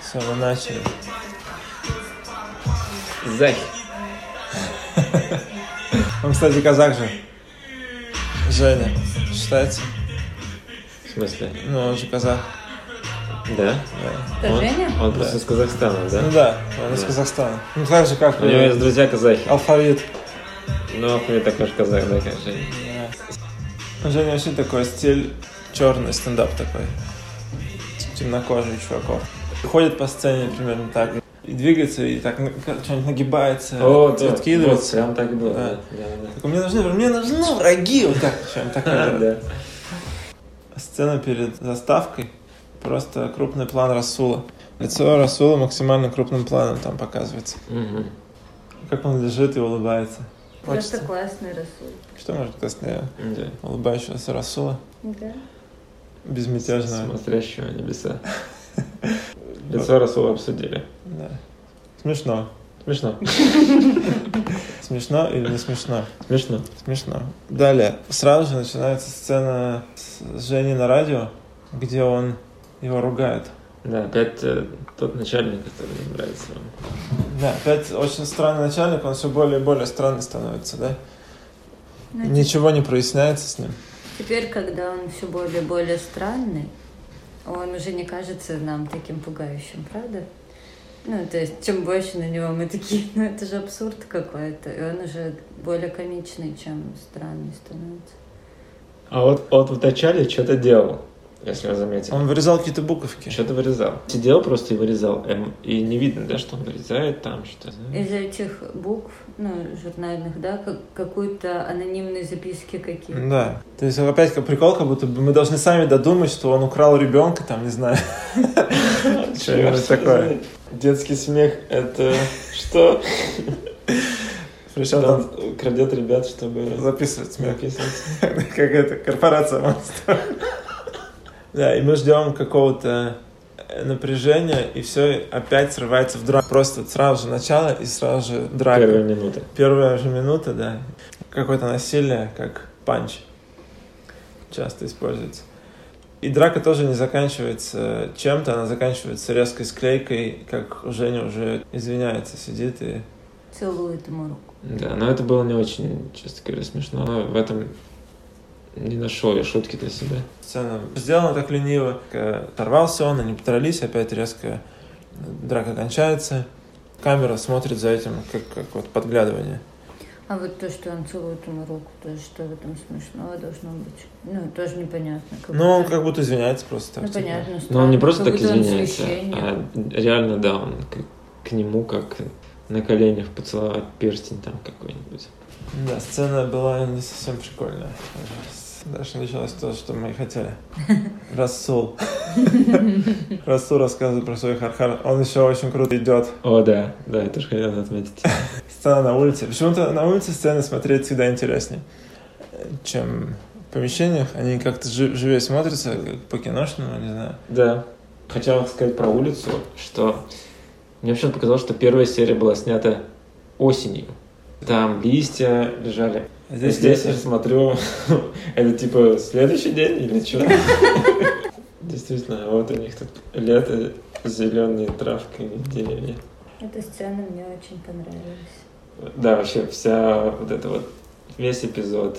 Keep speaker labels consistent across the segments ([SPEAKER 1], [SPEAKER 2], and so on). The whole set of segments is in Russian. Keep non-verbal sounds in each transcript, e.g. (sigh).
[SPEAKER 1] Все, мы начали.
[SPEAKER 2] Зэк.
[SPEAKER 1] Он, кстати, казах же. Женя, считается?
[SPEAKER 2] В смысле?
[SPEAKER 1] Ну, он же казах.
[SPEAKER 2] Да?
[SPEAKER 1] да.
[SPEAKER 3] Это
[SPEAKER 2] он,
[SPEAKER 3] Женя?
[SPEAKER 2] Он просто из Казахстана,
[SPEAKER 1] Ну
[SPEAKER 2] да?
[SPEAKER 1] да, он из
[SPEAKER 2] Да.
[SPEAKER 1] Казахстана. Ну так же, как
[SPEAKER 2] У него
[SPEAKER 1] э,
[SPEAKER 2] есть друзья казахи.
[SPEAKER 1] алфавит.
[SPEAKER 2] Ну, а мне такой же казах, да, как Женя.
[SPEAKER 1] Да. Ну, Женя вообще такой стиль черный стендап такой. Темнокожий чуваков. Ходит по сцене примерно так. И двигается, и так ну, как- что-нибудь нагибается,
[SPEAKER 2] О,
[SPEAKER 1] от-
[SPEAKER 2] да,
[SPEAKER 1] откидывается.
[SPEAKER 2] вот прям так и было,
[SPEAKER 1] Да.
[SPEAKER 2] да. да,
[SPEAKER 1] Такой, мне нужны, мне нужны враги. Вот так, что-нибудь
[SPEAKER 2] да.
[SPEAKER 1] такое.
[SPEAKER 2] (laughs) Да.
[SPEAKER 1] Сцена перед заставкой. Просто крупный план Расула. Лицо Расула максимально крупным планом там показывается.
[SPEAKER 2] Мгм.
[SPEAKER 1] Как он лежит и улыбается.
[SPEAKER 3] Просто
[SPEAKER 1] Хочется.
[SPEAKER 3] классный Расул.
[SPEAKER 1] Что может краснее
[SPEAKER 2] Да.
[SPEAKER 1] улыбающегося Расула?
[SPEAKER 3] Да.
[SPEAKER 1] Безмятежного.
[SPEAKER 2] Смотрящего на небеса. Лицо Расула обсудили.
[SPEAKER 1] Да. Смешно.
[SPEAKER 2] Смешно.
[SPEAKER 1] Смешно или не смешно?
[SPEAKER 2] Смешно.
[SPEAKER 1] Смешно. Далее. Сразу же начинается сцена с Женей на радио, где он его ругает.
[SPEAKER 2] Да, опять э, тот начальник, который не нравится вам.
[SPEAKER 1] Да, опять очень странный начальник, он все более и более странный становится, да?
[SPEAKER 3] Ну,
[SPEAKER 1] Ничего не проясняется с ним.
[SPEAKER 3] Теперь, когда он все более и более странный, он уже не кажется нам таким пугающим, правда? Ну, то есть, чем больше на него мы такие, (laughs) ну, это же абсурд какой-то. И он уже более комичный, чем странный становится.
[SPEAKER 2] А вот, вот в начале что-то делал, если вы заметили.
[SPEAKER 1] Он вырезал какие-то буковки.
[SPEAKER 2] Что-то вырезал. Сидел просто и вырезал. Эм, И не видно, да, что он вырезает там что-то.
[SPEAKER 3] Из этих букв, ну, журнальных, да, как, какую-то анонимные записки какие-то.
[SPEAKER 1] Да. То есть опять как прикол, как будто бы мы должны сами додумать, что он украл ребенка, там, не знаю. (laughs) Что-нибудь такое.
[SPEAKER 2] Детский смех — это (laughs) что?
[SPEAKER 1] Причем там
[SPEAKER 2] Он крадет ребят, чтобы
[SPEAKER 1] записывать смех.
[SPEAKER 2] записывать.
[SPEAKER 1] (laughs) Как это, корпорация монстров. Да, и мы ждем какого-то э, напряжения, и все опять срывается в драку. Просто сразу же начало и сразу же драка.
[SPEAKER 2] Первые минуты.
[SPEAKER 1] Первая же минута, да. Какое-то насилие, как панч. Часто используется. И драка тоже не заканчивается чем-то, она заканчивается резкой склейкой, как Женя уже извиняется, сидит и...
[SPEAKER 3] Целует ему руку.
[SPEAKER 2] Да, но это было не очень, честно говоря, смешно. Но в этом не нашел я шутки для себя.
[SPEAKER 1] Сцена сделана так лениво. Э, Оторвался он, они подрались, опять резко драка кончается. Камера смотрит за этим, как, как вот подглядывание.
[SPEAKER 3] А вот то, что он целует ему руку, то есть что в этом смешного должно быть? Ну, тоже непонятно. как
[SPEAKER 2] Ну,
[SPEAKER 1] Но Ну, он
[SPEAKER 3] бы.
[SPEAKER 1] как будто извиняется просто.
[SPEAKER 3] Ну,
[SPEAKER 1] так, типа.
[SPEAKER 3] понятно, что
[SPEAKER 2] Но он не
[SPEAKER 3] как
[SPEAKER 2] просто так
[SPEAKER 3] будто он
[SPEAKER 2] извиняется,
[SPEAKER 3] священник.
[SPEAKER 2] а реально, да, он к, к нему как на коленях поцеловать перстень там какой-нибудь.
[SPEAKER 1] Да, сцена была не совсем прикольная. Дальше началось то, что мы и хотели. Расул. Расул рассказывает про своих архар. Он еще очень круто идет.
[SPEAKER 2] О, да, да, я тоже хотел это отметить.
[SPEAKER 1] Сцена на улице. Почему-то на улице сцены смотреть всегда интереснее, э, чем в помещениях. Они как-то жи- живее смотрятся, как по киношному, не знаю.
[SPEAKER 2] Да. Хотел сказать про улицу, что мне вообще показалось, что первая серия была снята осенью. Там листья лежали.
[SPEAKER 1] А
[SPEAKER 2] Здесь, я смотрю, (laughs) это типа следующий день или (laughs) что? Действительно, вот у них тут лето, зеленые травки, деревья.
[SPEAKER 3] Эта сцена мне очень понравилась.
[SPEAKER 2] Да, вообще вся вот это вот, весь эпизод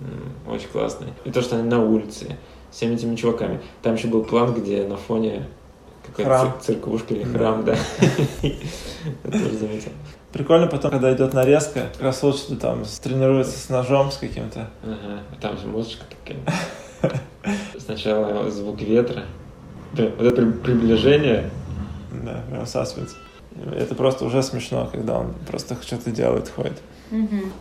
[SPEAKER 2] м, очень классный. И то, что они на улице, с всеми этими чуваками. Там еще был план, где на фоне какая-то
[SPEAKER 1] Храм.
[SPEAKER 2] цир- церквушка или
[SPEAKER 1] Да.
[SPEAKER 2] храм, (laughs) да. Я тоже заметил.
[SPEAKER 1] Прикольно потом, когда идет нарезка, Расул что-то там с- тренируется с ножом, с каким-то.
[SPEAKER 2] Ага, а там же музычка такая. (laughs) Сначала звук ветра. Блин, Вот это при- приближение.
[SPEAKER 1] Да, прям саспенс. Это просто уже смешно, когда он просто что-то делает, ходит.
[SPEAKER 3] Мгм.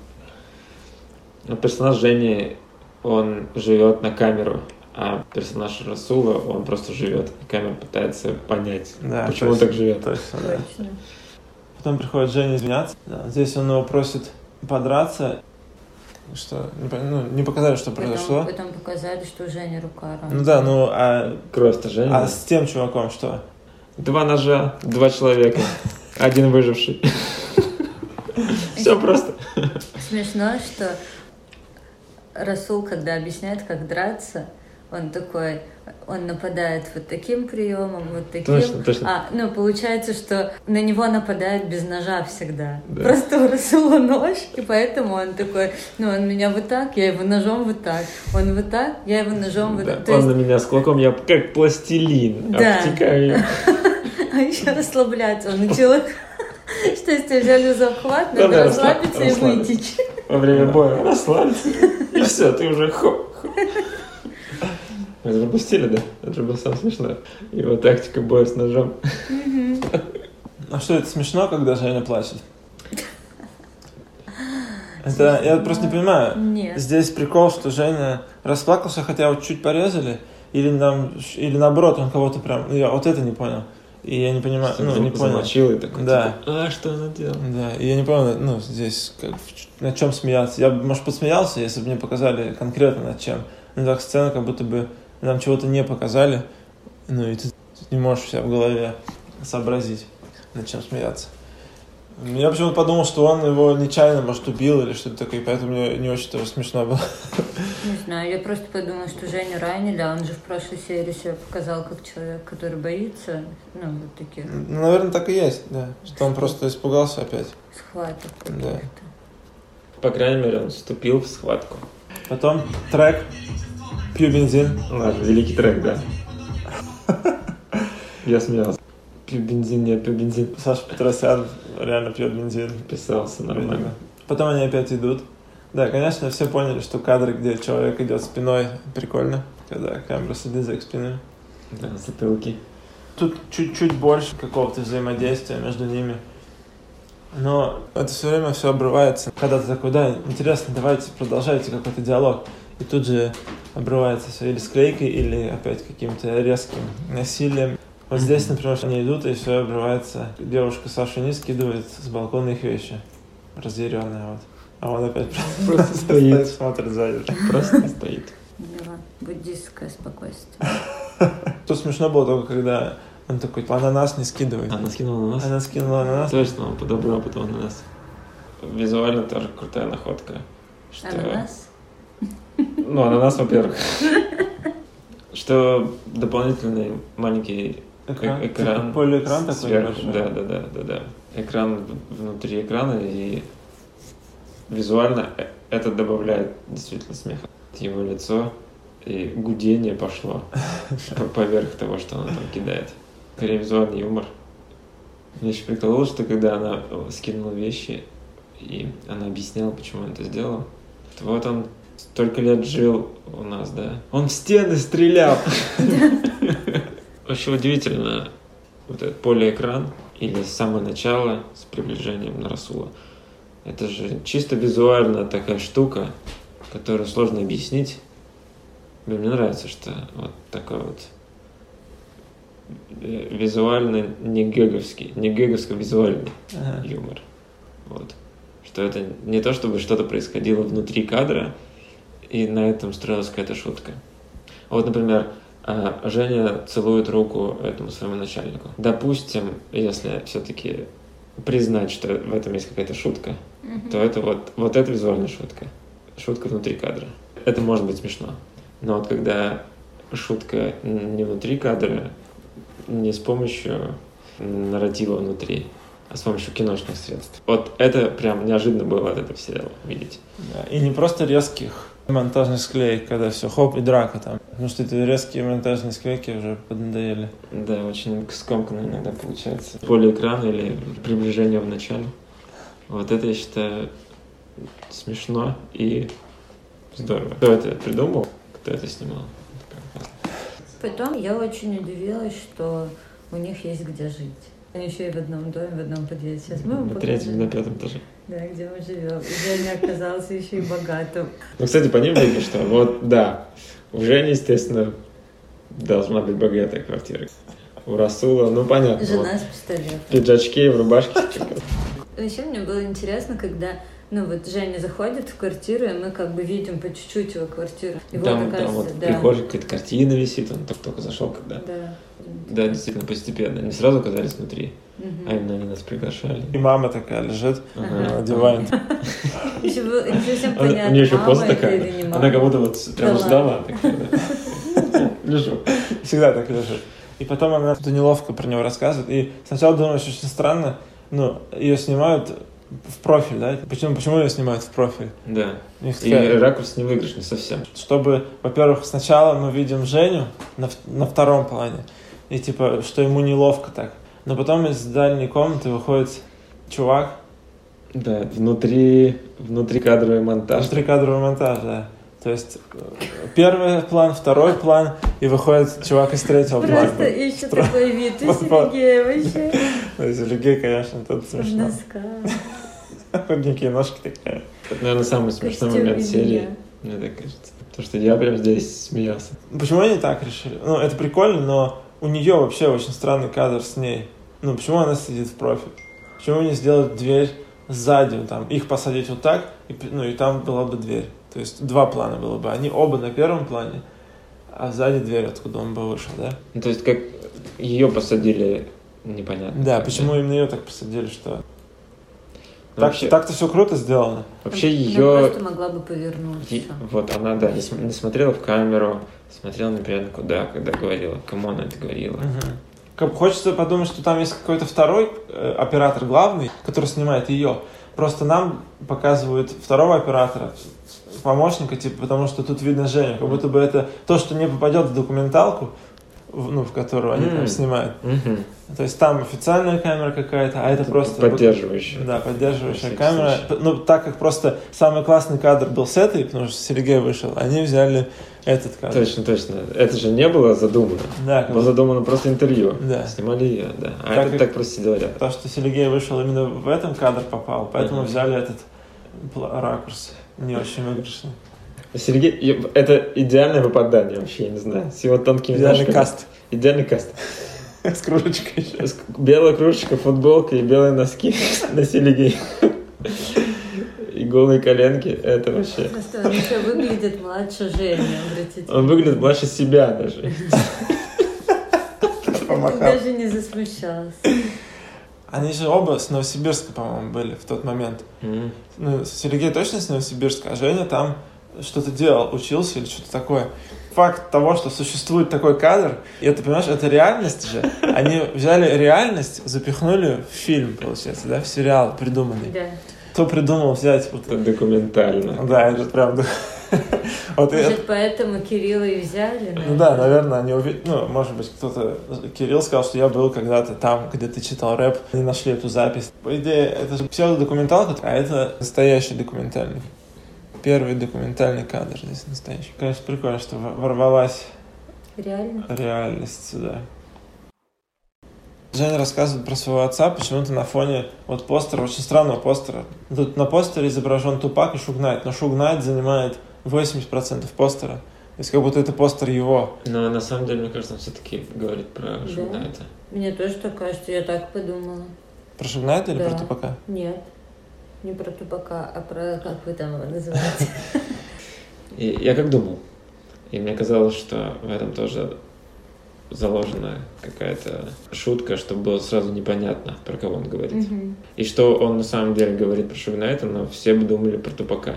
[SPEAKER 2] Ну, персонаж Жени, он живет на камеру, а персонаж Расула, он просто живет. И камера пытается понять,
[SPEAKER 1] Да,
[SPEAKER 2] почему он
[SPEAKER 1] точно,
[SPEAKER 2] так живет.
[SPEAKER 1] Точно, да.
[SPEAKER 3] Точно.
[SPEAKER 1] Потом приходит Женя извиняться. Да, здесь он его просит подраться. Что? Не, пон- ну, не показали, что
[SPEAKER 3] Потом,
[SPEAKER 1] произошло.
[SPEAKER 3] потом показали, что Женя рука рана.
[SPEAKER 1] Ну да, ну а,
[SPEAKER 2] Кровь-то Жени.
[SPEAKER 1] а с тем чуваком что?
[SPEAKER 2] Два ножа, два человека, один выживший. Все просто.
[SPEAKER 3] Смешно, что Расул, когда объясняет, как драться, он такой, он нападает вот таким приемом, вот таким.
[SPEAKER 2] Точно, точно.
[SPEAKER 3] А, ну, получается, что на него нападают без ножа всегда.
[SPEAKER 2] Да.
[SPEAKER 3] Просто у Расула нож, и поэтому он такой, ну, он меня вот так, я его ножом вот так, он вот так, я его ножом вот
[SPEAKER 2] Да,
[SPEAKER 3] так. То
[SPEAKER 2] он
[SPEAKER 3] есть
[SPEAKER 2] на меня с кулаком, я как пластилин
[SPEAKER 3] Да.
[SPEAKER 2] обтекаю. им.
[SPEAKER 3] (laughs) А еще расслабляться. Он учил их, (laughs) что если тебя взяли за обхват,
[SPEAKER 2] Да,
[SPEAKER 3] надо
[SPEAKER 2] да, расслаб-
[SPEAKER 3] расслабиться и
[SPEAKER 2] расслабиться.
[SPEAKER 3] выйти.
[SPEAKER 2] во время боя расслабиться, и все, ты уже хоп. хоп. Вы запустили, да? Это же было самое смешное. Его тактика боя с ножом.
[SPEAKER 1] А что, это смешно, когда Женя плачет? Это, я просто не понимаю.
[SPEAKER 3] Нет.
[SPEAKER 1] Здесь прикол, что Женя расплакался, хотя вот чуть порезали, или, нам, или наоборот, он кого-то прям... ну, Я вот это не понял. И я не понимаю,
[SPEAKER 2] Что
[SPEAKER 1] ну,
[SPEAKER 2] он
[SPEAKER 1] не понял.
[SPEAKER 2] Замочил и такой,
[SPEAKER 1] Да.
[SPEAKER 2] типа, а что она делала?
[SPEAKER 1] Да, и я не понял, ну, здесь как, в ч- на чем смеяться. Я бы, может, посмеялся, если бы мне показали конкретно над чем. Но так сцена, как будто бы нам чего-то не показали, ну, и ты не можешь себя в голове сообразить, над чем смеяться. Я почему-то подумал, что он его нечаянно, может, убил или что-то такое, и поэтому мне не очень тоже смешно было.
[SPEAKER 3] Не знаю, я просто подумала, что Женю ранили, а он же в прошлой серии себя показал как человек, который боится, ну, вот таких
[SPEAKER 1] Ну, наверное, так и есть, да. Что он просто испугался опять.
[SPEAKER 3] схваток
[SPEAKER 1] Да.
[SPEAKER 3] каких-то.
[SPEAKER 2] По крайней мере, он вступил в схватку.
[SPEAKER 1] Потом трек «Пью бензин».
[SPEAKER 2] Ладно, великий трек, да. (laughs) Я смеялся. Пью бензин, я пью бензин.
[SPEAKER 1] Саша Петросян реально пьет бензин.
[SPEAKER 2] Писался нормально.
[SPEAKER 1] Потом они опять идут. Да, конечно, все поняли, что кадры, где человек идет спиной, прикольно, когда камера следит за их спиной.
[SPEAKER 2] Да, затылки.
[SPEAKER 1] Тут чуть-чуть больше какого-то взаимодействия между ними. Но это все время все обрывается. Когда ты такой, да, интересно, давайте продолжайте какой-то диалог. И тут же обрывается все или склейкой, или опять каким-то резким насилием. Вот здесь, например, они идут, и все обрывается. Девушка Саша не скидывает с балкона их вещи. Разъяренная вот. А он опять
[SPEAKER 2] Просто
[SPEAKER 1] стоит,
[SPEAKER 2] стоит.
[SPEAKER 1] смотрит сзади.
[SPEAKER 2] Просто стоит.
[SPEAKER 3] Да, буддистское спокойствие.
[SPEAKER 1] То смешно было только, когда он такой, она нас не скидывает.
[SPEAKER 2] Она скинула на нас.
[SPEAKER 1] Она скинула на нас.
[SPEAKER 2] Точно, он подобрал потом ананас. Визуально тоже крутая находка. Что...
[SPEAKER 3] Ананас?
[SPEAKER 2] Ну, ананас, во-первых. Что дополнительный маленький
[SPEAKER 1] Экран.
[SPEAKER 2] э- экран.
[SPEAKER 1] Типа полиэкран такой
[SPEAKER 2] сверху.
[SPEAKER 1] большой.
[SPEAKER 2] Да, да, да, да, да. Экран в- внутри экрана и визуально э- это добавляет действительно смеха. Его лицо и гудение пошло по- поверх того, что она там кидает. Скорее визуальный юмор. Мне еще прикололо, что когда она э, скинула вещи, и она объясняла, почему она это сделала, что вот он столько лет жил у нас, да? Он в стены стрелял! Вообще удивительно, вот этот полеэкран или самое начало с приближением на Расула. Это же чисто визуально такая штука, которую сложно объяснить. Но мне нравится, что вот такой вот э, визуально не геговский, не геговско-визуальный
[SPEAKER 1] Ага.
[SPEAKER 2] юмор. Вот. Что это не то, чтобы что-то происходило внутри кадра, и на этом строилась какая-то шутка. А Вот, например, а, Женя целует руку этому своему начальнику. Допустим, если все-таки признать, что в этом есть какая-то шутка,
[SPEAKER 3] Мгм.
[SPEAKER 2] то это вот, вот это визуальная шутка. Шутка внутри кадра. Это может быть смешно. Но вот когда шутка не внутри кадра, не с помощью нарратива внутри, а с помощью киношных средств. Вот это прям неожиданно было от этого сериала увидеть.
[SPEAKER 1] Да, И не просто резких монтажных склеек, когда все хоп и драка там. Потому что эти резкие монтажные склейки уже поднадоели.
[SPEAKER 2] Да, очень скомканно иногда получается. Поле экрана или приближение в начале. Вот это, я считаю, смешно и здорово. Кто это придумал, кто это снимал. Это прям классно.
[SPEAKER 3] Потом я очень удивилась, что у них есть где жить. Они еще и в одном доме, в одном подъезде. Сейчас мы вам
[SPEAKER 2] на третьем,
[SPEAKER 3] покажем.
[SPEAKER 2] на пятом этаже.
[SPEAKER 3] Да, где мы живем. И Женя оказался еще и богатым.
[SPEAKER 2] Ну, кстати, по ним видно, что вот, да, у Жени, естественно, должна быть богатая квартира. У Расула, ну, понятно. вот,
[SPEAKER 3] Жена с пистолетом.
[SPEAKER 2] в пиджачке и в рубашке.
[SPEAKER 3] (laughs)
[SPEAKER 2] типа,
[SPEAKER 3] Вообще мне было интересно, когда ну вот Женя заходит в квартиру, и мы как бы видим по чуть-чуть его квартиру. И вот
[SPEAKER 2] Там, там
[SPEAKER 3] оказывается,
[SPEAKER 2] вот в
[SPEAKER 3] да.
[SPEAKER 2] прихожей какая-то картина висит, он только, только зашел, когда.
[SPEAKER 3] Да.
[SPEAKER 2] Да, действительно, постепенно. Не сразу оказались внутри,
[SPEAKER 3] Мгм.
[SPEAKER 2] а именно они нас приглашали.
[SPEAKER 1] И мама такая лежит
[SPEAKER 3] Ага.
[SPEAKER 1] на диване.
[SPEAKER 3] Еще было не совсем
[SPEAKER 2] Она-
[SPEAKER 3] понятно,
[SPEAKER 2] А у нее еще
[SPEAKER 3] мама
[SPEAKER 2] пост
[SPEAKER 3] это
[SPEAKER 2] такая.
[SPEAKER 3] или не мама.
[SPEAKER 2] Она как будто вот прям
[SPEAKER 3] Да (laughs)
[SPEAKER 2] ждала. такая, да. лежу.
[SPEAKER 1] Всегда так лежит. И потом она что-то неловко про него рассказывает. И сначала думаешь, очень странно, ну, ее снимают в профиль, да? Почему, почему ее снимают в профиль?
[SPEAKER 2] Да.
[SPEAKER 1] У них
[SPEAKER 2] И
[SPEAKER 1] такая-
[SPEAKER 2] ракурс не выигрышный совсем.
[SPEAKER 1] Чтобы, во-первых, сначала мы видим Женю на, в- на втором плане, и типа, что ему неловко так. Но потом из дальней комнаты выходит чувак,
[SPEAKER 2] Да, внутри, внутри кадровый монтаж.
[SPEAKER 1] внутри кадрового монтажа, да. То есть э, первый план, второй план, и выходит чувак из третьего
[SPEAKER 3] Просто
[SPEAKER 1] плана.
[SPEAKER 3] еще
[SPEAKER 1] Про-
[SPEAKER 3] такой вид из
[SPEAKER 1] Про-
[SPEAKER 3] Сергея вообще.
[SPEAKER 1] То есть Сергей, конечно, тут
[SPEAKER 3] В
[SPEAKER 1] смешно.
[SPEAKER 3] носках.
[SPEAKER 1] Худенькие ножки такие.
[SPEAKER 2] Это, наверное, самый смешной
[SPEAKER 3] костюме
[SPEAKER 2] момент серии,
[SPEAKER 3] меня.
[SPEAKER 2] мне так кажется. Потому что я прям здесь смеялся.
[SPEAKER 1] Почему они так решили? Ну, это прикольно, но у нее вообще очень странный кадр с ней. Ну, почему она сидит в профиль? Почему не сделать дверь сзади, там, их посадить вот так, и, п- ну, и там была бы дверь. То есть два плана было бы. Они оба на первом плане, а сзади дверь, откуда он бы вышел, да?
[SPEAKER 2] Ну, то есть, как ее посадили, непонятно.
[SPEAKER 1] Да,
[SPEAKER 2] как,
[SPEAKER 1] почему именно ее так посадили, что...
[SPEAKER 2] Ну,
[SPEAKER 1] Так,
[SPEAKER 2] вообще,
[SPEAKER 1] Так-то все круто сделано.
[SPEAKER 2] вообще
[SPEAKER 3] Ну,
[SPEAKER 2] ее...
[SPEAKER 3] просто могла бы
[SPEAKER 2] Е-
[SPEAKER 3] повернуться.
[SPEAKER 2] Вот она, да, не, см- не смотрела в камеру, смотрела неприятно куда, когда говорила, кому она это говорила.
[SPEAKER 1] Мгм. Как бы хочется подумать, что там есть какой-то второй э, оператор главный, который снимает ее. Просто нам показывают второго оператора, помощника, типа, потому что тут видно Женю. Как будто бы это то, что не попадет в документалку, в- ну, в которую они там
[SPEAKER 2] М.
[SPEAKER 1] снимают.
[SPEAKER 2] Мгм.
[SPEAKER 1] То есть там официальная камера какая-то, а это просто...
[SPEAKER 2] Поддерживающая.
[SPEAKER 1] Да, поддерживающая
[SPEAKER 2] На всякий
[SPEAKER 1] камера.
[SPEAKER 2] случай.
[SPEAKER 1] П- Ну, так как просто самый классный кадр был с этой, потому что Сергей вышел, они взяли этот кадр.
[SPEAKER 2] Точно, точно. Это же не было задумано.
[SPEAKER 1] Да, как
[SPEAKER 2] Было задумано просто интервью.
[SPEAKER 1] Да.
[SPEAKER 2] Снимали ее, да. А
[SPEAKER 1] Так
[SPEAKER 2] это
[SPEAKER 1] и-
[SPEAKER 2] так просто сидела рядом.
[SPEAKER 1] То, что Сергей вышел именно в этом кадр попал, поэтому
[SPEAKER 2] Мгм.
[SPEAKER 1] взяли этот пла- ракурс не очень выигрышный.
[SPEAKER 2] Сергей, я- это идеальное попадание вообще, я не знаю. С его тонкими
[SPEAKER 1] Идеальный
[SPEAKER 2] ножками.
[SPEAKER 1] каст (laughs)
[SPEAKER 2] Идеальный каст.
[SPEAKER 1] с кружечкой
[SPEAKER 2] (laughs)
[SPEAKER 1] еще.
[SPEAKER 2] С- Белая кружечка, футболка и белые носки (laughs) на Сергей. И голые коленки. Это вообще...
[SPEAKER 3] Просто он еще выглядит младше Жени, обратите.
[SPEAKER 2] Он выглядит больше себя даже.
[SPEAKER 3] Он даже не засмущался.
[SPEAKER 1] Они же оба с Новосибирска, по-моему, были в тот момент.
[SPEAKER 2] Мгм.
[SPEAKER 1] Ну, Сергей точно с Новосибирска, а Женя там что-то делал, учился или что-то такое. Факт того, что существует такой кадр, и это, понимаешь, это реальность же. Они взяли реальность, запихнули в фильм, получается, да, в сериал придуманный.
[SPEAKER 3] Да.
[SPEAKER 1] Кто придумал взять вот
[SPEAKER 2] Это документально.
[SPEAKER 1] Да, это прям... Вот и это-
[SPEAKER 3] Может, поэтому Кирилла и взяли,
[SPEAKER 1] Ну да, наверное, они увидели... Ну, может быть, кто-то... Кирилл сказал, что я был когда-то там, где ты читал рэп, не нашли эту запись. По идее, это же псевдодокументалка, а это настоящий документальный. Первый документальный кадр здесь настоящий. Конечно, прикольно, что в- ворвалась
[SPEAKER 3] Реально.
[SPEAKER 1] реальность сюда. Женя рассказывает про своего отца, почему-то на фоне вот постера, очень странного постера. Тут на постере изображен Тупак и Шугнайт, но Шугнайт занимает 80% постера. То есть как будто это постер его.
[SPEAKER 2] Но на самом деле, мне кажется, он все-таки говорит про
[SPEAKER 3] Да.
[SPEAKER 2] Шугнайта.
[SPEAKER 3] Мне тоже так кажется, я так подумала.
[SPEAKER 1] Про Шугнайта или про
[SPEAKER 3] Да.
[SPEAKER 1] Тупака?
[SPEAKER 3] Нет. Не про тупака, а про, как вы там его называете.
[SPEAKER 2] (laughs) И я как думал. И мне казалось, что в этом тоже заложена какая-то шутка, чтобы было сразу непонятно, про кого он говорит.
[SPEAKER 3] Мгм.
[SPEAKER 2] И что он на самом деле говорит про Шугнайта, но все бы думали про Тупака.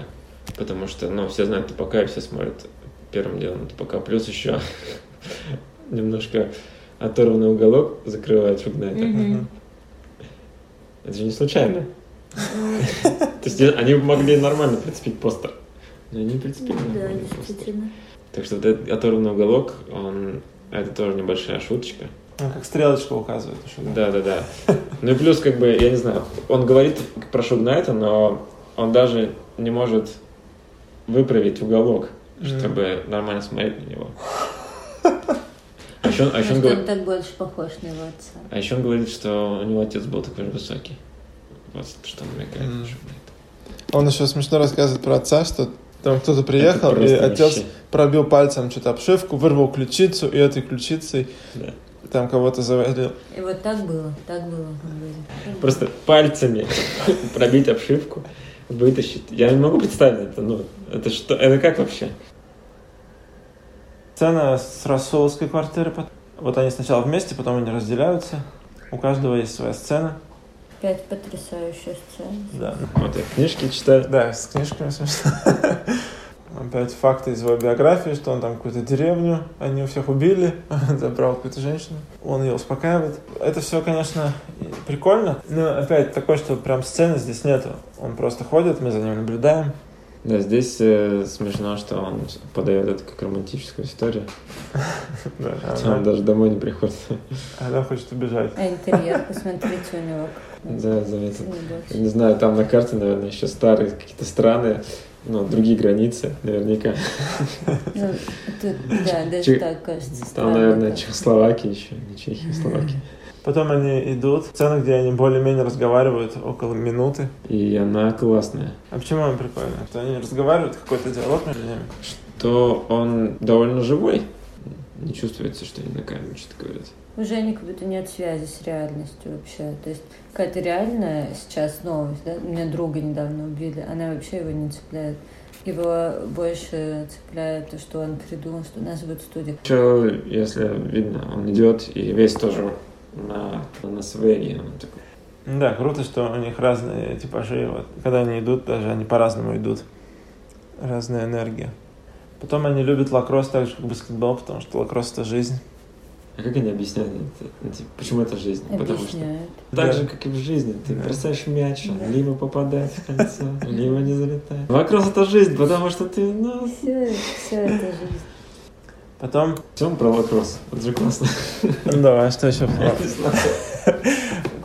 [SPEAKER 2] Потому что, ну, все знают Тупака и все смотрят первым делом на Тупака. Плюс еще (laughs) немножко оторванный уголок закрывает Шугнайта.
[SPEAKER 3] Мгм.
[SPEAKER 2] Это же не случайно.
[SPEAKER 3] Ну,
[SPEAKER 2] То есть они могли нормально прицепить постер. Но они не прицепили
[SPEAKER 3] ну Да,
[SPEAKER 2] нормальный постер.
[SPEAKER 3] действительно.
[SPEAKER 2] Так что вот этот оторванный уголок, он... Это тоже небольшая шуточка.
[SPEAKER 1] Ну, как стрелочка указывает на Шугнайта.
[SPEAKER 2] Да-да-да. Ну и плюс, как бы, я не знаю, он говорит про Шугнайта, но он даже не может выправить уголок, чтобы нормально смотреть на него. А еще, он- а еще он
[SPEAKER 3] Может, он
[SPEAKER 2] говорит,
[SPEAKER 3] так больше похож на его отца.
[SPEAKER 2] а еще он говорит, что у него отец был такой же высокий. Вот что намекает
[SPEAKER 1] Мгм.
[SPEAKER 2] на Шугнайта.
[SPEAKER 1] Он еще смешно рассказывает про отца, что там кто-то приехал,
[SPEAKER 2] Это
[SPEAKER 1] и
[SPEAKER 2] просто
[SPEAKER 1] отец
[SPEAKER 2] вообще.
[SPEAKER 1] пробил пальцем что-то обшивку, вырвал ключицу, и этой ключицей
[SPEAKER 2] Да.
[SPEAKER 1] там кого-то завалил.
[SPEAKER 3] И вот так было, так было. он говорит.
[SPEAKER 2] Просто пальцами (laughs) пробить обшивку, вытащить. Я не могу представить это. Ну, это что? Это как вообще?
[SPEAKER 1] Сцена с Рассоловской квартиры. пот- Вот они сначала вместе, потом они разделяются. У каждого есть своя сцена.
[SPEAKER 3] Опять потрясающая сцена.
[SPEAKER 1] Да,
[SPEAKER 2] Вот я книжки читаю.
[SPEAKER 1] да с книжками смешно. (laughs) Опять факты из его биографии, что он там какую-то деревню, они у всех убили, (laughs) забрал какую-то женщину, он ее успокаивает. Это все, конечно, прикольно, но опять такое, что прям сцены здесь нету. Он просто ходит, мы за ним наблюдаем.
[SPEAKER 2] Да, здесь э, смешно, что он подает это как романтическую историю.
[SPEAKER 1] Да,
[SPEAKER 2] Хотя он
[SPEAKER 1] она,
[SPEAKER 2] даже домой не приходит.
[SPEAKER 1] она хочет убежать.
[SPEAKER 3] А интерьер, посмотрите у него.
[SPEAKER 2] Да, заметил. Я
[SPEAKER 3] Небось.
[SPEAKER 2] Не знаю, там на карте, наверное, еще старые какие-то страны, ну, другие границы, наверняка.
[SPEAKER 3] Ну, тут, да, даже
[SPEAKER 2] Че-
[SPEAKER 3] так кажется.
[SPEAKER 2] Там,
[SPEAKER 3] странно
[SPEAKER 2] наверное,
[SPEAKER 3] как.
[SPEAKER 2] Чехословакия еще, не Чехия, Словакия.
[SPEAKER 1] Потом они идут, сцена, где они более-менее разговаривают около минуты.
[SPEAKER 2] И она классная.
[SPEAKER 1] А почему она прикольная? Что они разговаривают, какой-то диалог между ними.
[SPEAKER 2] То он довольно живой. Не чувствуется, что они на камеру что-то говорят.
[SPEAKER 3] Уже они как будто нет связи с реальностью вообще. То есть какая-то реальная сейчас новость, да? У меня друга недавно убили, она вообще его не цепляет. Его больше цепляет то, что он придумал, что у нас будет студия.
[SPEAKER 2] Че, если видно, он идет и весь тоже на, на свеге. Он такой,
[SPEAKER 1] Ну Да, круто, что у них разные типажи. Вот. Когда они идут, даже они по-разному идут. Разная энергия. Потом они любят лакросс так же, как баскетбол, потому что лакросс — это жизнь.
[SPEAKER 2] А как они объясняют это? Ну, типа, почему это жизнь? Потому что
[SPEAKER 3] Объясняет.
[SPEAKER 2] так
[SPEAKER 1] Да.
[SPEAKER 2] же, как и в жизни, ты
[SPEAKER 1] Да.
[SPEAKER 2] бросаешь мяч, он
[SPEAKER 3] Да.
[SPEAKER 2] либо попадает в
[SPEAKER 1] (laughs)
[SPEAKER 2] кольцо, либо не залетает. Вокруг это жизнь, потому что ты, ну,
[SPEAKER 3] Все, все это жизнь.
[SPEAKER 1] Потом...
[SPEAKER 2] все про лакросс. Это же
[SPEAKER 1] (laughs)
[SPEAKER 2] классно.
[SPEAKER 1] Ну, давай, что еще?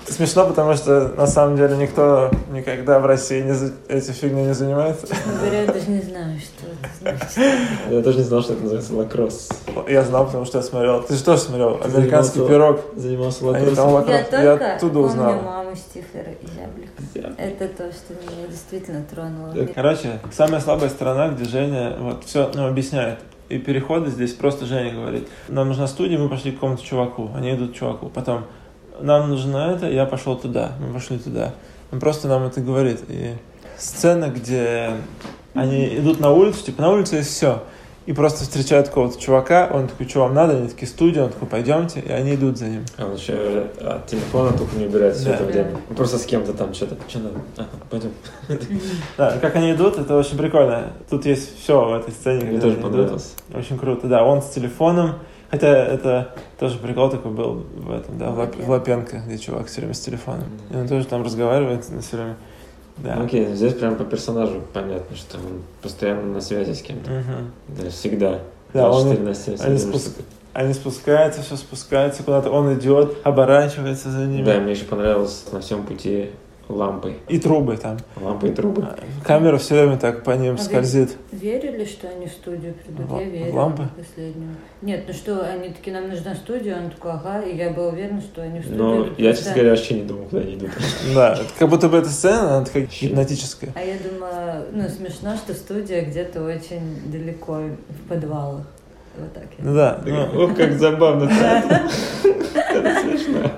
[SPEAKER 1] Смешно, потому что на самом деле никто никогда в России не за- этой фигней не занимается.
[SPEAKER 3] Честно говоря, я даже не знаю, что это значит.
[SPEAKER 2] Я даже не знал, что это называется лакросс.
[SPEAKER 1] Я знал, потому что я смотрел. Ты же тоже смотрел? Американский
[SPEAKER 2] Занимался
[SPEAKER 1] пирог.
[SPEAKER 2] Занимался
[SPEAKER 1] Они там
[SPEAKER 2] лакроссом.
[SPEAKER 1] лакросс.
[SPEAKER 3] Я только
[SPEAKER 1] Я оттуда
[SPEAKER 3] помню
[SPEAKER 1] узнал.
[SPEAKER 3] маму Стифлера и Зяблик. Это то, что меня действительно тронуло.
[SPEAKER 2] Так.
[SPEAKER 1] Короче, самая слабая сторона, где Женя вот все ну, объясняет. И переходы здесь просто Женя говорит. Нам нужна студия, мы пошли к какому-то чуваку. Они идут к чуваку. Потом, нам нужно это, я пошел туда. Мы пошли туда. Он просто нам это говорит. И сцена, где они идут на улицу, типа на улице есть все. И просто встречают какого-то чувака, он такой, что вам надо? Они такие, студия, он такой, пойдемте, и они идут за ним.
[SPEAKER 2] А он еще от телефона только не убирает все
[SPEAKER 1] Да.
[SPEAKER 2] это
[SPEAKER 3] Да.
[SPEAKER 2] время. Он Просто с кем-то там что-то. Что надо? А, пойдем.
[SPEAKER 1] Да, как они идут, это очень прикольно. Тут есть все в этой сцене.
[SPEAKER 2] Мне
[SPEAKER 1] когда
[SPEAKER 2] тоже
[SPEAKER 1] они идут.
[SPEAKER 2] понравилось.
[SPEAKER 1] Очень круто, да. Он с телефоном. Хотя это тоже прикол такой был в этом, да, в Лап- в Лапенко, где чувак все время с телефоном. И он тоже там разговаривает на все время. Да.
[SPEAKER 2] Ну, Окей, здесь прям по персонажу понятно, что он постоянно на связи с кем-то.
[SPEAKER 1] Мгм.
[SPEAKER 2] Да, всегда.
[SPEAKER 1] Да, он-
[SPEAKER 2] 24 на 7.
[SPEAKER 1] они спуск- Они спускаются, все спускается куда-то. Он идет, оборачивается за ними.
[SPEAKER 2] Да, мне еще понравилось на всем пути лампой.
[SPEAKER 1] И трубы там.
[SPEAKER 2] Лампы и трубы.
[SPEAKER 1] А, Камера все время так по ним
[SPEAKER 3] А
[SPEAKER 1] скользит.
[SPEAKER 3] Верили, что они в студию придут?
[SPEAKER 1] Ла-
[SPEAKER 3] я верила
[SPEAKER 1] лампы?
[SPEAKER 3] последнюю. Нет, ну что, они такие, нам нужна студия, он такой, ага, и я была уверена, что они в студию
[SPEAKER 2] Но
[SPEAKER 3] придут,
[SPEAKER 2] я,
[SPEAKER 3] потому
[SPEAKER 2] честно
[SPEAKER 3] что-
[SPEAKER 2] говоря, вообще не думал, куда они идут.
[SPEAKER 1] Да, это как будто бы эта сцена, она такая гипнотическая.
[SPEAKER 3] А я думала, ну смешно, что студия где-то очень далеко, в подвалах. Вот так я.
[SPEAKER 1] Ну да, ну,
[SPEAKER 2] Ох, как
[SPEAKER 3] (laughs)
[SPEAKER 2] забавно. Это смешно.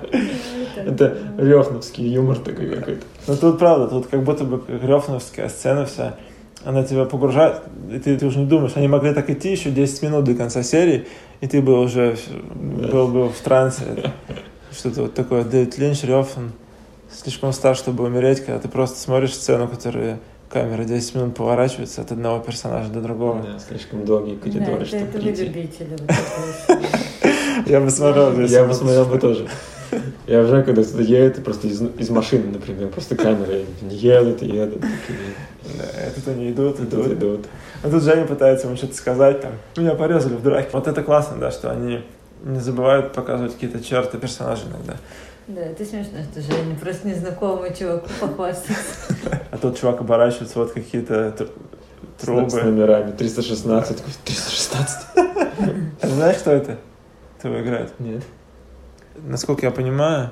[SPEAKER 2] Это рёфновский юмор такой какой-то.
[SPEAKER 1] Ну тут правда, тут как будто бы рёфновская сцена вся, она тебя погружает, и ты, ты уже не думаешь, они могли так идти еще 10 минут до конца серии, и ты бы уже в- был бы в трансе. Это Что-то вот такое. Дэвид Линч, Рёф, он слишком стар, чтобы умереть, когда ты просто смотришь сцену, которая камера 10 минут поворачивается от одного персонажа до другого.
[SPEAKER 2] Да, слишком долгий коридор,
[SPEAKER 3] да, это,
[SPEAKER 2] чтобы
[SPEAKER 3] это вы
[SPEAKER 2] прийти.
[SPEAKER 3] любители. вот такое.
[SPEAKER 1] Я бы смотрел. если
[SPEAKER 2] Я бы смотрел бы тоже. Я уже когда кто-то едет, и просто из, из машины, например, просто камеры едут, и едут, такие,
[SPEAKER 1] Да, а тут они идут,
[SPEAKER 2] идут,
[SPEAKER 1] идут.
[SPEAKER 2] идут.
[SPEAKER 1] А тут Женя пытается ему что-то сказать, там, меня порезали в драке. Вот это классно, да, что они не забывают показывать какие-то черты персонажей иногда.
[SPEAKER 3] Да, это смешно, что Женя просто незнакомый чувак похвастался.
[SPEAKER 1] А тот чувак оборачивается, вот какие-то тр-
[SPEAKER 2] С- С,
[SPEAKER 1] трубы.
[SPEAKER 2] номерами. 316, такой, 316?
[SPEAKER 1] А ты знаешь, кто это? Кто играет?
[SPEAKER 2] Нет.
[SPEAKER 1] Насколько я понимаю,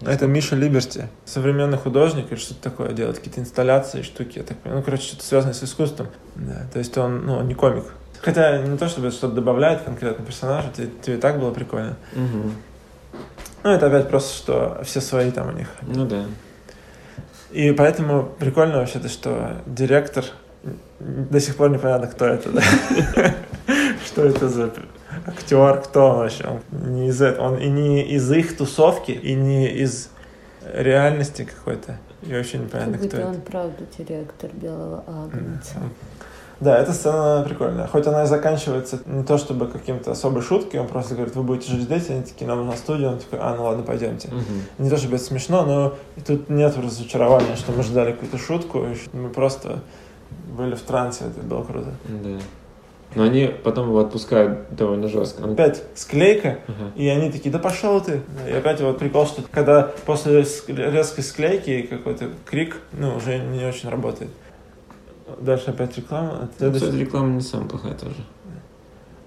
[SPEAKER 2] Не
[SPEAKER 1] А это Миша Либерти. Современный художник или что-то такое делает. Какие-то инсталляции, штуки, я так понимаю. Ну, короче, что-то связанное с искусством. Да, то есть он, ну, он не комик. Хотя не то, чтобы это что-то добавляет конкретно персонажу, тебе, тебе и так было прикольно.
[SPEAKER 2] Мгм.
[SPEAKER 1] Ну, это опять просто, что все свои там у них.
[SPEAKER 2] Ну да.
[SPEAKER 1] И поэтому прикольно вообще-то, что директор до сих пор непонятно, кто это, да? (laughs) Что это за актер, кто он вообще? Он не из этого, он и не из их тусовки, и не из реальности какой-то. И вообще непонятно,
[SPEAKER 3] Как
[SPEAKER 1] кто
[SPEAKER 3] будто
[SPEAKER 1] это.
[SPEAKER 3] он правда директор Белого
[SPEAKER 1] Да.
[SPEAKER 3] Агнца.
[SPEAKER 1] Да, эта сцена прикольная. Хоть она и заканчивается не то чтобы каким-то особой шуткой, он просто говорит, вы будете жить здесь, они такие, нам нужна студия, он такой, а, ну ладно, пойдемте. Не то чтобы это смешно, но и тут нет разочарования, что мы ждали какую-то шутку, и что мы просто были в трансе, это было круто.
[SPEAKER 2] Да. Но они потом его отпускают довольно жестко. Он-
[SPEAKER 1] Опять склейка,
[SPEAKER 2] Ага.
[SPEAKER 1] и они такие, да пошел ты. И опять вот прикол, что когда после ск- резкой склейки какой-то крик, ну, уже не очень работает. Дальше опять реклама.
[SPEAKER 2] Ну,
[SPEAKER 1] Следующий-
[SPEAKER 2] кстати, реклама не самая плохая тоже.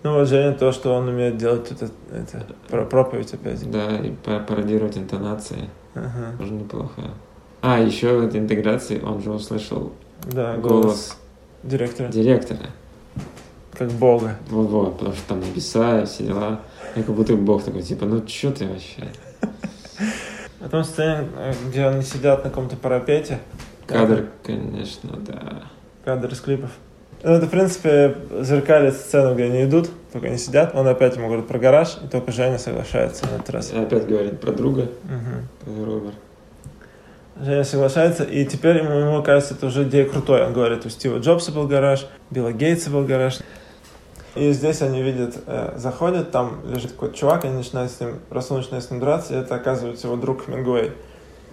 [SPEAKER 1] Ну, вот Женя, то, что он умеет делать тут это, это, про- проповедь опять.
[SPEAKER 2] Да, и па- пародировать интонации
[SPEAKER 1] Ага.
[SPEAKER 2] тоже неплохо. А, еще в этой интеграции он же услышал
[SPEAKER 1] Да, голос
[SPEAKER 2] голос
[SPEAKER 1] директора.
[SPEAKER 2] директора.
[SPEAKER 1] Как бога.
[SPEAKER 2] Вот, вот, потому что там небеса и все дела. И как будто бог такой, типа, ну чё ты вообще?
[SPEAKER 1] Потом сцена, э, где они сидят на каком-то парапете.
[SPEAKER 2] Кадр, конечно, да.
[SPEAKER 1] Кадр из клипов. Ну, это, в принципе, зеркалит сцену, где они идут, только они сидят. Он опять ему говорит про гараж, и только Женя соглашается на этот раз.
[SPEAKER 2] И Опять говорит про друга, э,
[SPEAKER 1] Мгм.
[SPEAKER 2] который умер.
[SPEAKER 1] Женя соглашается, и теперь ему, ему кажется, это уже идея крутой. Он говорит, у Стива Джобса был гараж, Билла Гейтса был гараж. И здесь они видят, э, заходят, там лежит какой-то чувак, они начинают с ним, просто начинают с ним драться, и это оказывается его друг Хемингуэй.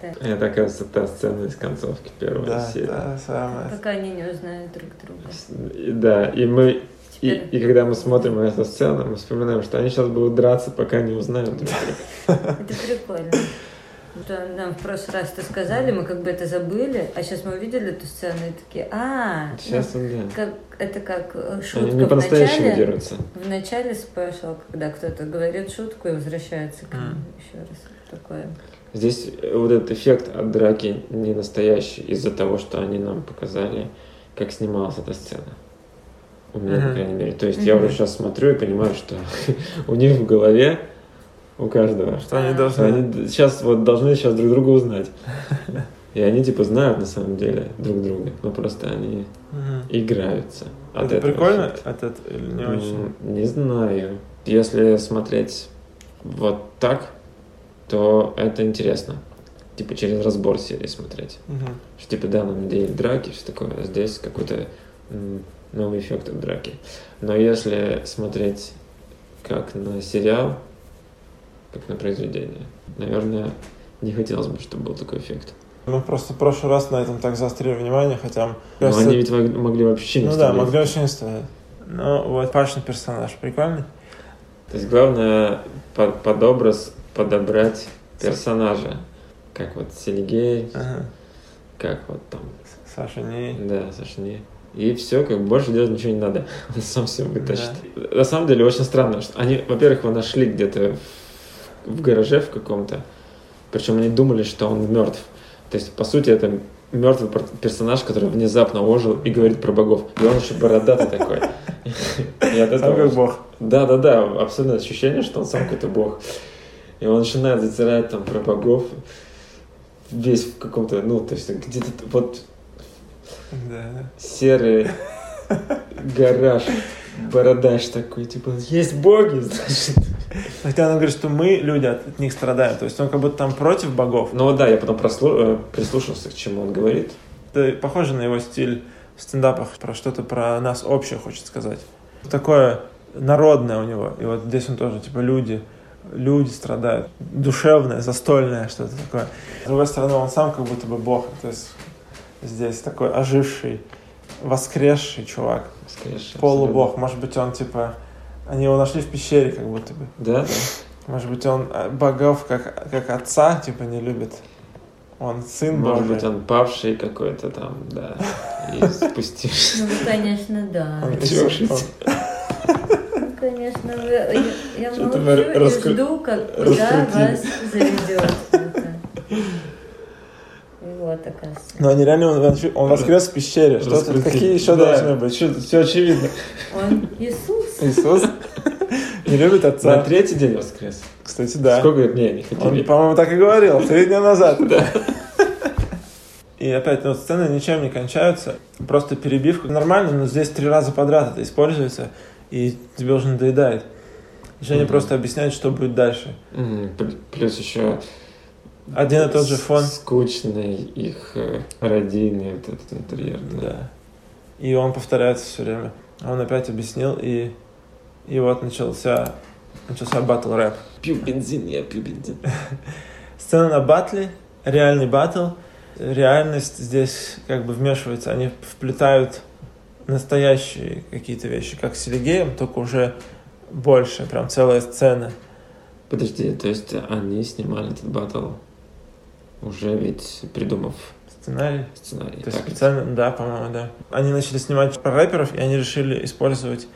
[SPEAKER 2] И Это, оказывается, та сцена из концовки первой
[SPEAKER 1] Да,
[SPEAKER 2] серии.
[SPEAKER 1] да, самое.
[SPEAKER 3] Пока они не узнают друг друга.
[SPEAKER 2] И, да, и мы... И,
[SPEAKER 3] Теперь
[SPEAKER 2] и когда мы смотрим эту сцену, мы вспоминаем, что они сейчас будут драться, пока не узнают друг друга.
[SPEAKER 3] это прикольно. Что нам в прошлый раз это сказали, мы как бы это забыли, а сейчас мы увидели эту сцену и такие, а, ну,
[SPEAKER 2] Сейчас он, да.
[SPEAKER 3] как, это как э,
[SPEAKER 2] Они
[SPEAKER 3] шутка
[SPEAKER 2] не
[SPEAKER 3] в начале.
[SPEAKER 2] по-настоящему дерутся.
[SPEAKER 3] В начале спешл, когда кто-то говорит шутку и возвращается к
[SPEAKER 1] Мгм.
[SPEAKER 3] нему еще раз. Такое.
[SPEAKER 2] Здесь э, вот этот эффект от драки не настоящий из-за того, что они нам показали, как снималась эта сцена. У меня, по
[SPEAKER 1] Мгм.
[SPEAKER 2] крайней мере. То есть я
[SPEAKER 3] Мгм.
[SPEAKER 2] уже сейчас смотрю и понимаю, что (laughs) у них в голове, у каждого,
[SPEAKER 1] Что они
[SPEAKER 3] А.
[SPEAKER 2] что
[SPEAKER 1] должны...
[SPEAKER 2] они сейчас вот должны сейчас друг
[SPEAKER 1] (laughs)
[SPEAKER 2] друга узнать. И они типа знают на самом деле друг друга, но просто они
[SPEAKER 1] Мгм.
[SPEAKER 2] играются. от
[SPEAKER 1] Это
[SPEAKER 2] этого Ну,
[SPEAKER 1] прикольно,
[SPEAKER 2] эффекта.
[SPEAKER 1] этот или не
[SPEAKER 2] М,
[SPEAKER 1] очень?
[SPEAKER 2] Не знаю. Если смотреть вот так, то это интересно. Типа через разбор серии смотреть.
[SPEAKER 1] Мгм.
[SPEAKER 2] Что типа, да, нам деле драки, все такое, а здесь какой-то м, новый эффект от драки. Но если смотреть как на сериал, как на произведение, наверное, не хотелось бы, чтобы был такой эффект.
[SPEAKER 1] Мы просто в прошлый раз на этом так заострили внимание, хотя...
[SPEAKER 2] Но
[SPEAKER 1] кажется,
[SPEAKER 2] они ведь мог- могли вообще не
[SPEAKER 1] Ну да,
[SPEAKER 2] вставлять.
[SPEAKER 1] могли очень стоять. Ну вот Пашин персонаж прикольный.
[SPEAKER 2] То есть главное под, под образ подобрать персонажа. Как вот Сергей,
[SPEAKER 1] Ага.
[SPEAKER 2] как вот там,
[SPEAKER 1] С- Саша не...
[SPEAKER 2] да, Сашни. И все, как бы больше делать ничего не надо. (laughs) Он сам все вытащит. На самом деле очень странно, что они, во-первых, его нашли где-то в, в гараже в каком-то. Причем они думали, что он мертв. То есть, по сути, это мертвый пер- персонаж, который внезапно ожил и говорит про богов. И он еще бородатый такой. (laughs) И от
[SPEAKER 1] Сам
[SPEAKER 2] этого
[SPEAKER 1] как бог.
[SPEAKER 2] да, да, да, абсолютно ощущение, что он сам какой-то бог. И он начинает затирать там про богов. Весь в каком-то, ну, то есть где-то т- вот
[SPEAKER 1] Да, да.
[SPEAKER 2] серый гараж, бородач такой, типа, есть боги, значит.
[SPEAKER 1] Хотя он говорит, что мы, люди, от от них страдаем. То есть он как будто там против богов.
[SPEAKER 2] Ну вот да, я потом прослу- э, прислушался, к чему он говорит.
[SPEAKER 1] Это похоже на его стиль в стендапах. Про что-то про нас общее хочет сказать. Такое народное у него. И вот здесь он тоже, типа, люди. Люди страдают. Душевное, застольное что-то такое. С другой стороны, он сам как будто бы бог. То есть здесь такой оживший, воскресший чувак.
[SPEAKER 2] Скажешь,
[SPEAKER 1] Полубог, может быть, он типа... Они его нашли в пещере, как будто бы.
[SPEAKER 2] Да, да.
[SPEAKER 1] Может быть, он э, богов как, как отца, типа, не любит. Он сын
[SPEAKER 2] Может
[SPEAKER 1] Божий.
[SPEAKER 2] быть, он павший какой-то там, да. И
[SPEAKER 1] (laughs)
[SPEAKER 2] спустившись.
[SPEAKER 3] Ну, вы, конечно, да.
[SPEAKER 2] А
[SPEAKER 1] Он-
[SPEAKER 2] Дёшить.
[SPEAKER 1] он-
[SPEAKER 3] Ну, Конечно, вы- я, я
[SPEAKER 2] Что-то
[SPEAKER 3] молчу
[SPEAKER 2] вы
[SPEAKER 3] и
[SPEAKER 2] раскру-
[SPEAKER 3] жду, как куда
[SPEAKER 2] раскрутили.
[SPEAKER 3] вас заведет. это. И Вот, оказывается.
[SPEAKER 1] Но они реально, он, воскр- он воскрес в пещере. Что тут,
[SPEAKER 2] Раскрутили.
[SPEAKER 1] какие еще
[SPEAKER 2] Да.
[SPEAKER 1] должны быть?
[SPEAKER 2] Все очевидно.
[SPEAKER 3] Он Иисус.
[SPEAKER 1] Иисус не любит
[SPEAKER 2] На
[SPEAKER 1] отца.
[SPEAKER 2] третий день воскрес.
[SPEAKER 1] Кстати, да.
[SPEAKER 2] Сколько лет? Не, не
[SPEAKER 1] Он,
[SPEAKER 2] хотели.
[SPEAKER 1] по-моему, так и говорил, три дня назад. И опять, ну, сцены ничем не кончаются, просто перебивка нормально, но здесь три раза подряд это используется, и тебе уже надоедает. Женя
[SPEAKER 2] Мгм.
[SPEAKER 1] просто объясняет, что будет дальше.
[SPEAKER 2] М, пл- Плюс еще
[SPEAKER 1] Один и тот же фон.
[SPEAKER 2] Скучный их э, родийный вот этот интерьер. Да.
[SPEAKER 1] Да. И он повторяется все время. А Он опять объяснил, и, и вот начался, начался батл рэп.
[SPEAKER 2] Пью бензин, я пью бензин.
[SPEAKER 1] Сцена на батле, реальный батл. Реальность здесь как бы вмешивается, они вплетают настоящие какие-то вещи, как с Сергеем, только уже больше, прям целая сцена.
[SPEAKER 2] Подожди, то есть они снимали этот батл, уже ведь придумав
[SPEAKER 1] Сценарий.
[SPEAKER 2] сценарий.
[SPEAKER 1] То есть
[SPEAKER 2] так ведь?
[SPEAKER 1] специально, да, по-моему, да. Они начали снимать про рэперов, и они решили использовать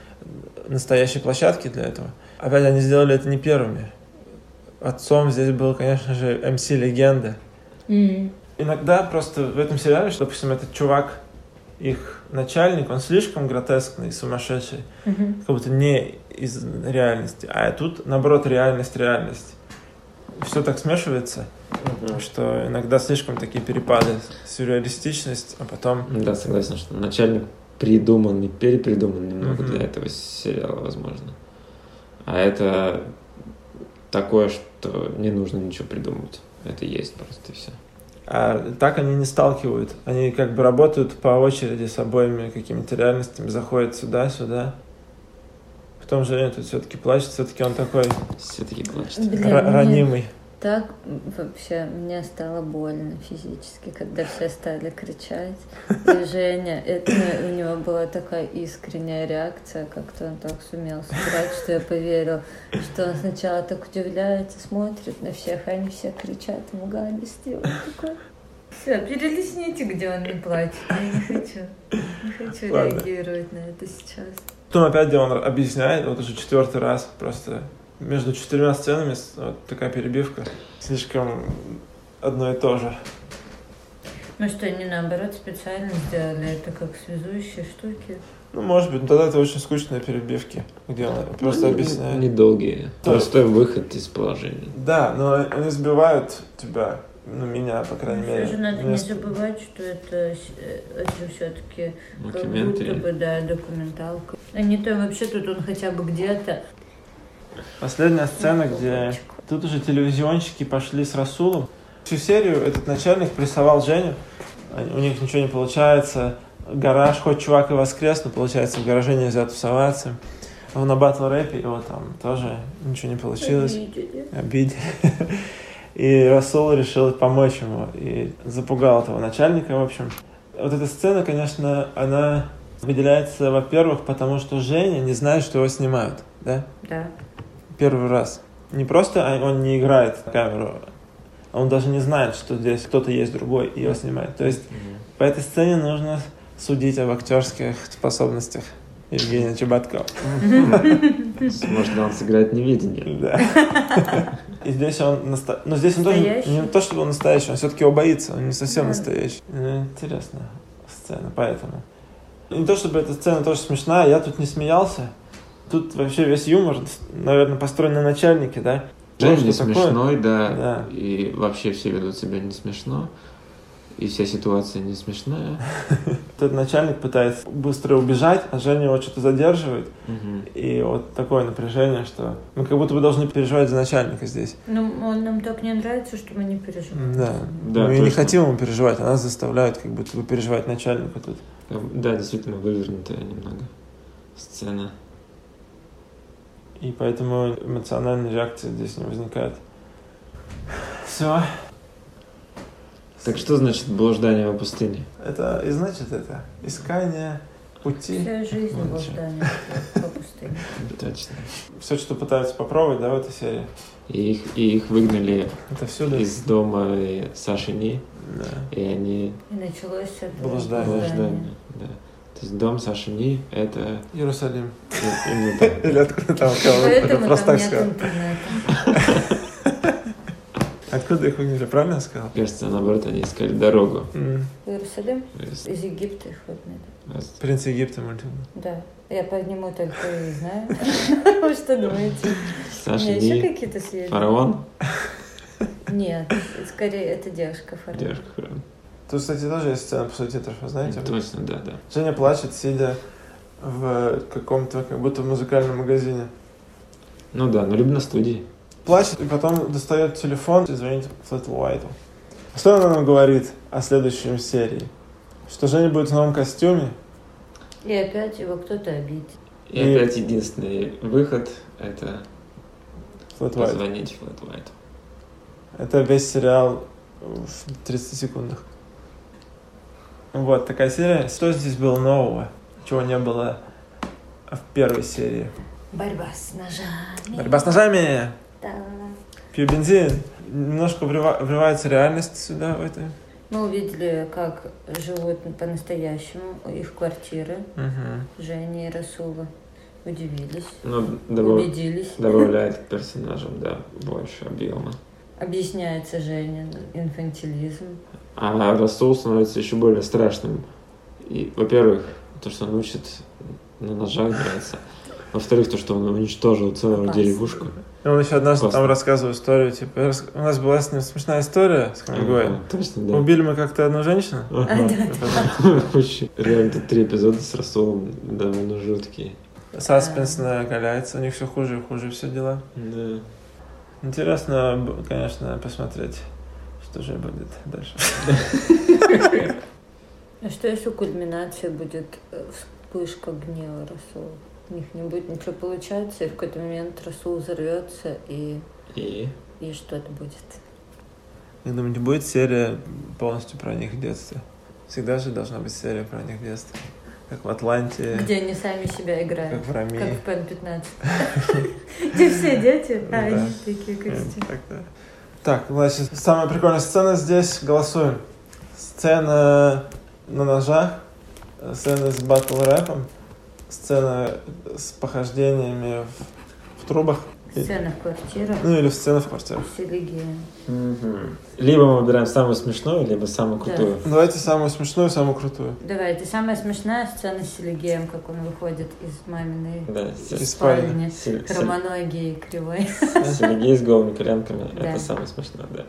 [SPEAKER 1] настоящие площадки для этого. Опять они сделали это не первыми. Отцом здесь был, конечно же, МС Легенда. Иногда просто в этом сериале, что, допустим, этот чувак, их начальник, он слишком гротескный, сумасшедший,
[SPEAKER 3] Мгм.
[SPEAKER 1] как будто не из реальности. А тут, наоборот, реальность, реальность. Все так смешивается, что иногда слишком такие перепады, сюрреалистичность, а потом
[SPEAKER 2] Да, согласен, что начальник придуман и перепридуман немного
[SPEAKER 1] Мгм.
[SPEAKER 2] для этого сериала, возможно. А это такое, что не нужно ничего придумывать. Это есть просто и все.
[SPEAKER 1] А так они не сталкивают. Они как бы работают по очереди с обоими какими-то реальностями, заходят сюда, сюда. В том же тут все-таки плачет, все-таки он такой
[SPEAKER 2] Все-таки плачет.
[SPEAKER 3] Блин,
[SPEAKER 1] ра-
[SPEAKER 3] мне
[SPEAKER 1] ранимый.
[SPEAKER 3] Так вообще мне стало больно физически, когда все стали кричать. И Женя, это у него была такая искренняя реакция, как-то он так сумел сыграть, что я поверила, что он сначала так удивляется, смотрит на всех, а они все кричат ему гадости. Он такой, все, перелесните, где он не плачет. Я не хочу, не хочу
[SPEAKER 1] Ладно.
[SPEAKER 3] реагировать на это сейчас.
[SPEAKER 1] Потом опять где он объясняет, вот уже четвертый раз просто между четырьмя сценами с- вот такая перебивка. Слишком одно и то же.
[SPEAKER 3] Ну что, они наоборот специально сделали это как связующие штуки?
[SPEAKER 1] Ну, может быть, но тогда это очень скучные перебивки, где он
[SPEAKER 3] Ну,
[SPEAKER 1] просто
[SPEAKER 2] Н-
[SPEAKER 1] объясняет.
[SPEAKER 2] Ну, Недолгие.
[SPEAKER 1] Да.
[SPEAKER 2] Простой выход из положения.
[SPEAKER 1] Да, но они сбивают тебя, ну, меня, по крайней мере.
[SPEAKER 3] Все же надо не
[SPEAKER 1] Вместо-
[SPEAKER 3] забывать, что это, с- э, это все-таки как будто
[SPEAKER 2] Документари.
[SPEAKER 3] бы, да, документалка. А не то вообще тут он хотя бы где-то.
[SPEAKER 1] Последняя сцена, где тут уже телевизионщики пошли с Расулом. Всю серию этот начальник прессовал Женю. Они- У них ничего не получается. Гараж, хоть чувак и воскрес, но получается в гараже нельзя тусоваться. Он на батл рэпе, его там тоже ничего не получилось.
[SPEAKER 3] Видели.
[SPEAKER 1] Обидели. И Расул решил помочь ему и запугал этого начальника, в общем. Вот эта сцена, конечно, она выделяется, во-первых, потому что Женя не знает, что его снимают, да?
[SPEAKER 3] Да.
[SPEAKER 1] первый раз. Не просто а он не играет в камеру, а он даже не знает, что здесь кто-то есть другой и его снимает. То есть по этой сцене нужно судить об актерских способностях Евгения Чеботкова. (laughs)
[SPEAKER 2] Может, он сыграет невидение.
[SPEAKER 1] Да.
[SPEAKER 3] (laughs)
[SPEAKER 1] И здесь он наста- Но здесь он тоже
[SPEAKER 3] Настоящий?
[SPEAKER 1] не то, чтобы он настоящий, он все-таки его боится, он не совсем
[SPEAKER 3] Да.
[SPEAKER 1] настоящий. Ну, Интересная сцена, поэтому. Не то, чтобы эта сцена тоже смешная, я тут не смеялся. Тут вообще весь юмор, наверное, построен на начальнике, да?
[SPEAKER 2] Женя
[SPEAKER 1] Что
[SPEAKER 2] не
[SPEAKER 1] такое?
[SPEAKER 2] смешной, да.
[SPEAKER 1] Да.
[SPEAKER 2] И вообще все ведут себя не смешно. И вся ситуация не смешная.
[SPEAKER 1] Этот начальник пытается быстро убежать, а Женя его что-то задерживает.
[SPEAKER 2] Мгм.
[SPEAKER 1] И вот такое напряжение, что мы как будто бы должны переживать за начальника здесь.
[SPEAKER 3] Ну, он нам так не нравится, что мы не переживаем.
[SPEAKER 1] Да.
[SPEAKER 2] Да,
[SPEAKER 1] мы и не
[SPEAKER 2] точно.
[SPEAKER 1] хотим ему переживать, а нас заставляют как будто бы переживать начальника тут.
[SPEAKER 2] Там, Да, действительно, вывернутая немного сцена.
[SPEAKER 1] И поэтому эмоциональной реакции здесь не возникает. Все.
[SPEAKER 2] Так что значит блуждание по пустыне?
[SPEAKER 1] Это и значит это. Искание пути.
[SPEAKER 3] Вся жизнь
[SPEAKER 1] Вот
[SPEAKER 3] в
[SPEAKER 1] чё.
[SPEAKER 3] Афгане, по пустыне.
[SPEAKER 2] Точно.
[SPEAKER 1] Все, что пытаются попробовать, да, в этой серии.
[SPEAKER 2] И их, и их выгнали
[SPEAKER 1] Это всюду.
[SPEAKER 2] из дома и Саши Ни,
[SPEAKER 1] Да.
[SPEAKER 2] и они
[SPEAKER 3] И началось с этого
[SPEAKER 1] Блуждание.
[SPEAKER 2] блуждали. Да. То есть дом Саши Ни — это
[SPEAKER 1] Иерусалим.
[SPEAKER 2] и- именно так.
[SPEAKER 1] Или откуда там? Это
[SPEAKER 3] Поэтому
[SPEAKER 1] просто
[SPEAKER 3] там
[SPEAKER 1] так
[SPEAKER 3] нет
[SPEAKER 1] сказал.
[SPEAKER 3] интернета.
[SPEAKER 1] Откуда их выгнали? Правильно я сказал?
[SPEAKER 2] Кажется, наоборот, они искали дорогу.
[SPEAKER 1] М.
[SPEAKER 3] В Иерусалим
[SPEAKER 2] Из-
[SPEAKER 3] из Египта их выгнали.
[SPEAKER 2] из-
[SPEAKER 1] Принц Египта мультфильм.
[SPEAKER 3] Да. Я по нему только и знаю. (laughs) Вы что думаете? У
[SPEAKER 2] Саши
[SPEAKER 3] меня
[SPEAKER 2] Ни,
[SPEAKER 3] еще какие-то съели?
[SPEAKER 2] фараон,
[SPEAKER 3] Нет, скорее это девушка фараон.
[SPEAKER 2] девушка фараон. Ну,
[SPEAKER 1] Тут, кстати, тоже есть сцена после титров, вы знаете?
[SPEAKER 2] Точно, да, да.
[SPEAKER 1] Женя плачет, сидя в каком-то, как будто в музыкальном магазине.
[SPEAKER 2] Ну да, ну либо на студии.
[SPEAKER 1] Плачет и потом достает телефон и звонит Флету Уайту. Что она нам говорит о следующем серии? Что Женя будет в новом костюме,
[SPEAKER 3] И опять его кто-то обидит.
[SPEAKER 2] И
[SPEAKER 1] И-
[SPEAKER 2] опять единственный выход — это
[SPEAKER 1] Flat White.
[SPEAKER 2] позвонить Flat White.
[SPEAKER 1] Это весь сериал в 30 секундах. Вот такая серия. Что здесь было нового? Чего не было в первой серии?
[SPEAKER 3] Борьба с ножами.
[SPEAKER 1] Борьба с ножами!
[SPEAKER 3] Да.
[SPEAKER 1] Пью бензин. Немножко врива- врывается реальность сюда, в это.
[SPEAKER 3] Мы увидели, как живут по-настоящему их квартиры
[SPEAKER 1] Мгм.
[SPEAKER 3] Жени и Расула. Удивились,
[SPEAKER 2] Ну, добав-
[SPEAKER 3] убедились.
[SPEAKER 2] добавляет к персонажам, да, больше объема.
[SPEAKER 3] Объясняется Женя инфантилизм.
[SPEAKER 2] А Расул становится еще более страшным. И, во-первых, то, что он учит на ножах драться. Во-вторых, то, что он уничтожил целую
[SPEAKER 3] Опасно.
[SPEAKER 2] деревушку.
[SPEAKER 1] И он еще однажды
[SPEAKER 2] Классно.
[SPEAKER 1] там рассказывал историю, типа, рас- у нас была с ним смешная история с Камигоем.
[SPEAKER 2] Ага, Точно, да.
[SPEAKER 1] Убили мы как-то одну женщину.
[SPEAKER 2] Ага. (laughs) Вообще, Реально, тут три эпизода с Расулом довольно жуткие.
[SPEAKER 1] Саспенс накаляется, у них все хуже и хуже все дела.
[SPEAKER 2] Да.
[SPEAKER 1] Интересно, б- конечно, посмотреть, что же будет дальше.
[SPEAKER 3] А что если кульминация будет э, вспышка гнева Расула? У них не будет ничего получаться, и в какой-то момент Расул взорвется, и,
[SPEAKER 2] И
[SPEAKER 3] и что-то будет.
[SPEAKER 1] Как думаете, будет серия полностью про них в детстве? Всегда же должна быть серия про них в детстве. Как в Атланте,
[SPEAKER 3] Где они сами себя
[SPEAKER 1] как
[SPEAKER 3] играют,
[SPEAKER 1] в Рами.
[SPEAKER 3] как в Пен 15.
[SPEAKER 1] (laughs)
[SPEAKER 3] Где все дети, а
[SPEAKER 1] Ну Да.
[SPEAKER 3] они такие, как
[SPEAKER 1] Эм,
[SPEAKER 3] все.
[SPEAKER 1] так, да. Так, значит, самая прикольная сцена здесь. Голосуем. Сцена на ножах, э, сцена с батл рэпом, сцена с похождениями в, в трубах,
[SPEAKER 3] Сцена в квартирах,
[SPEAKER 1] ну или сцена в квартирах.
[SPEAKER 3] Селигия.
[SPEAKER 2] Мгм. Либо мы выбираем самую смешную, либо самую
[SPEAKER 3] Да.
[SPEAKER 2] крутую.
[SPEAKER 1] Давайте самую смешную, самую крутую.
[SPEAKER 3] Давайте, самая смешная сцена с Селигеем, как он выходит из маминой
[SPEAKER 2] Да, с-
[SPEAKER 1] Из
[SPEAKER 2] с-
[SPEAKER 1] спальни.
[SPEAKER 3] спальни.
[SPEAKER 2] с- с-
[SPEAKER 3] Хромоногий и
[SPEAKER 1] (laughs)
[SPEAKER 3] кривой.
[SPEAKER 2] Сергей с голыми коленками.
[SPEAKER 3] Да.
[SPEAKER 2] Это самое смешное, да.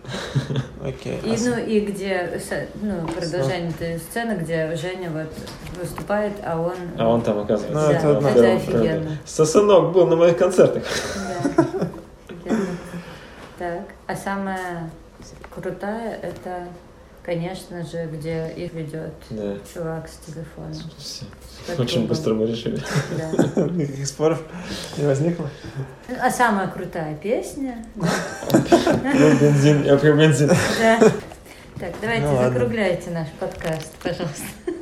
[SPEAKER 1] Окей.
[SPEAKER 3] И,
[SPEAKER 1] А с-
[SPEAKER 3] ну и где, со- ну, продолжение этой сцены, где Женя вот выступает, а он...
[SPEAKER 2] А он там оказывается.
[SPEAKER 1] Ну,
[SPEAKER 3] Да,
[SPEAKER 1] это одно.
[SPEAKER 2] Да,
[SPEAKER 1] это
[SPEAKER 2] да,
[SPEAKER 3] офигенно.
[SPEAKER 2] правда. Сосунок был на моих концертах. (laughs)
[SPEAKER 3] Да. Офигенно. Так, а самая крутая это, конечно же, где их ведет
[SPEAKER 2] Да.
[SPEAKER 3] чувак с телефона.
[SPEAKER 2] Всё.
[SPEAKER 3] Как
[SPEAKER 2] Очень
[SPEAKER 3] бы-
[SPEAKER 2] быстро мы
[SPEAKER 3] (laughs)
[SPEAKER 2] решили.
[SPEAKER 3] Да.
[SPEAKER 1] Никаких споров не возникло.
[SPEAKER 3] Ну, А самая крутая песня? да?
[SPEAKER 2] Пью бензин, я пью бензин.
[SPEAKER 3] Да. Так, давайте
[SPEAKER 1] Ну, ладно.
[SPEAKER 3] закругляйте наш подкаст, пожалуйста.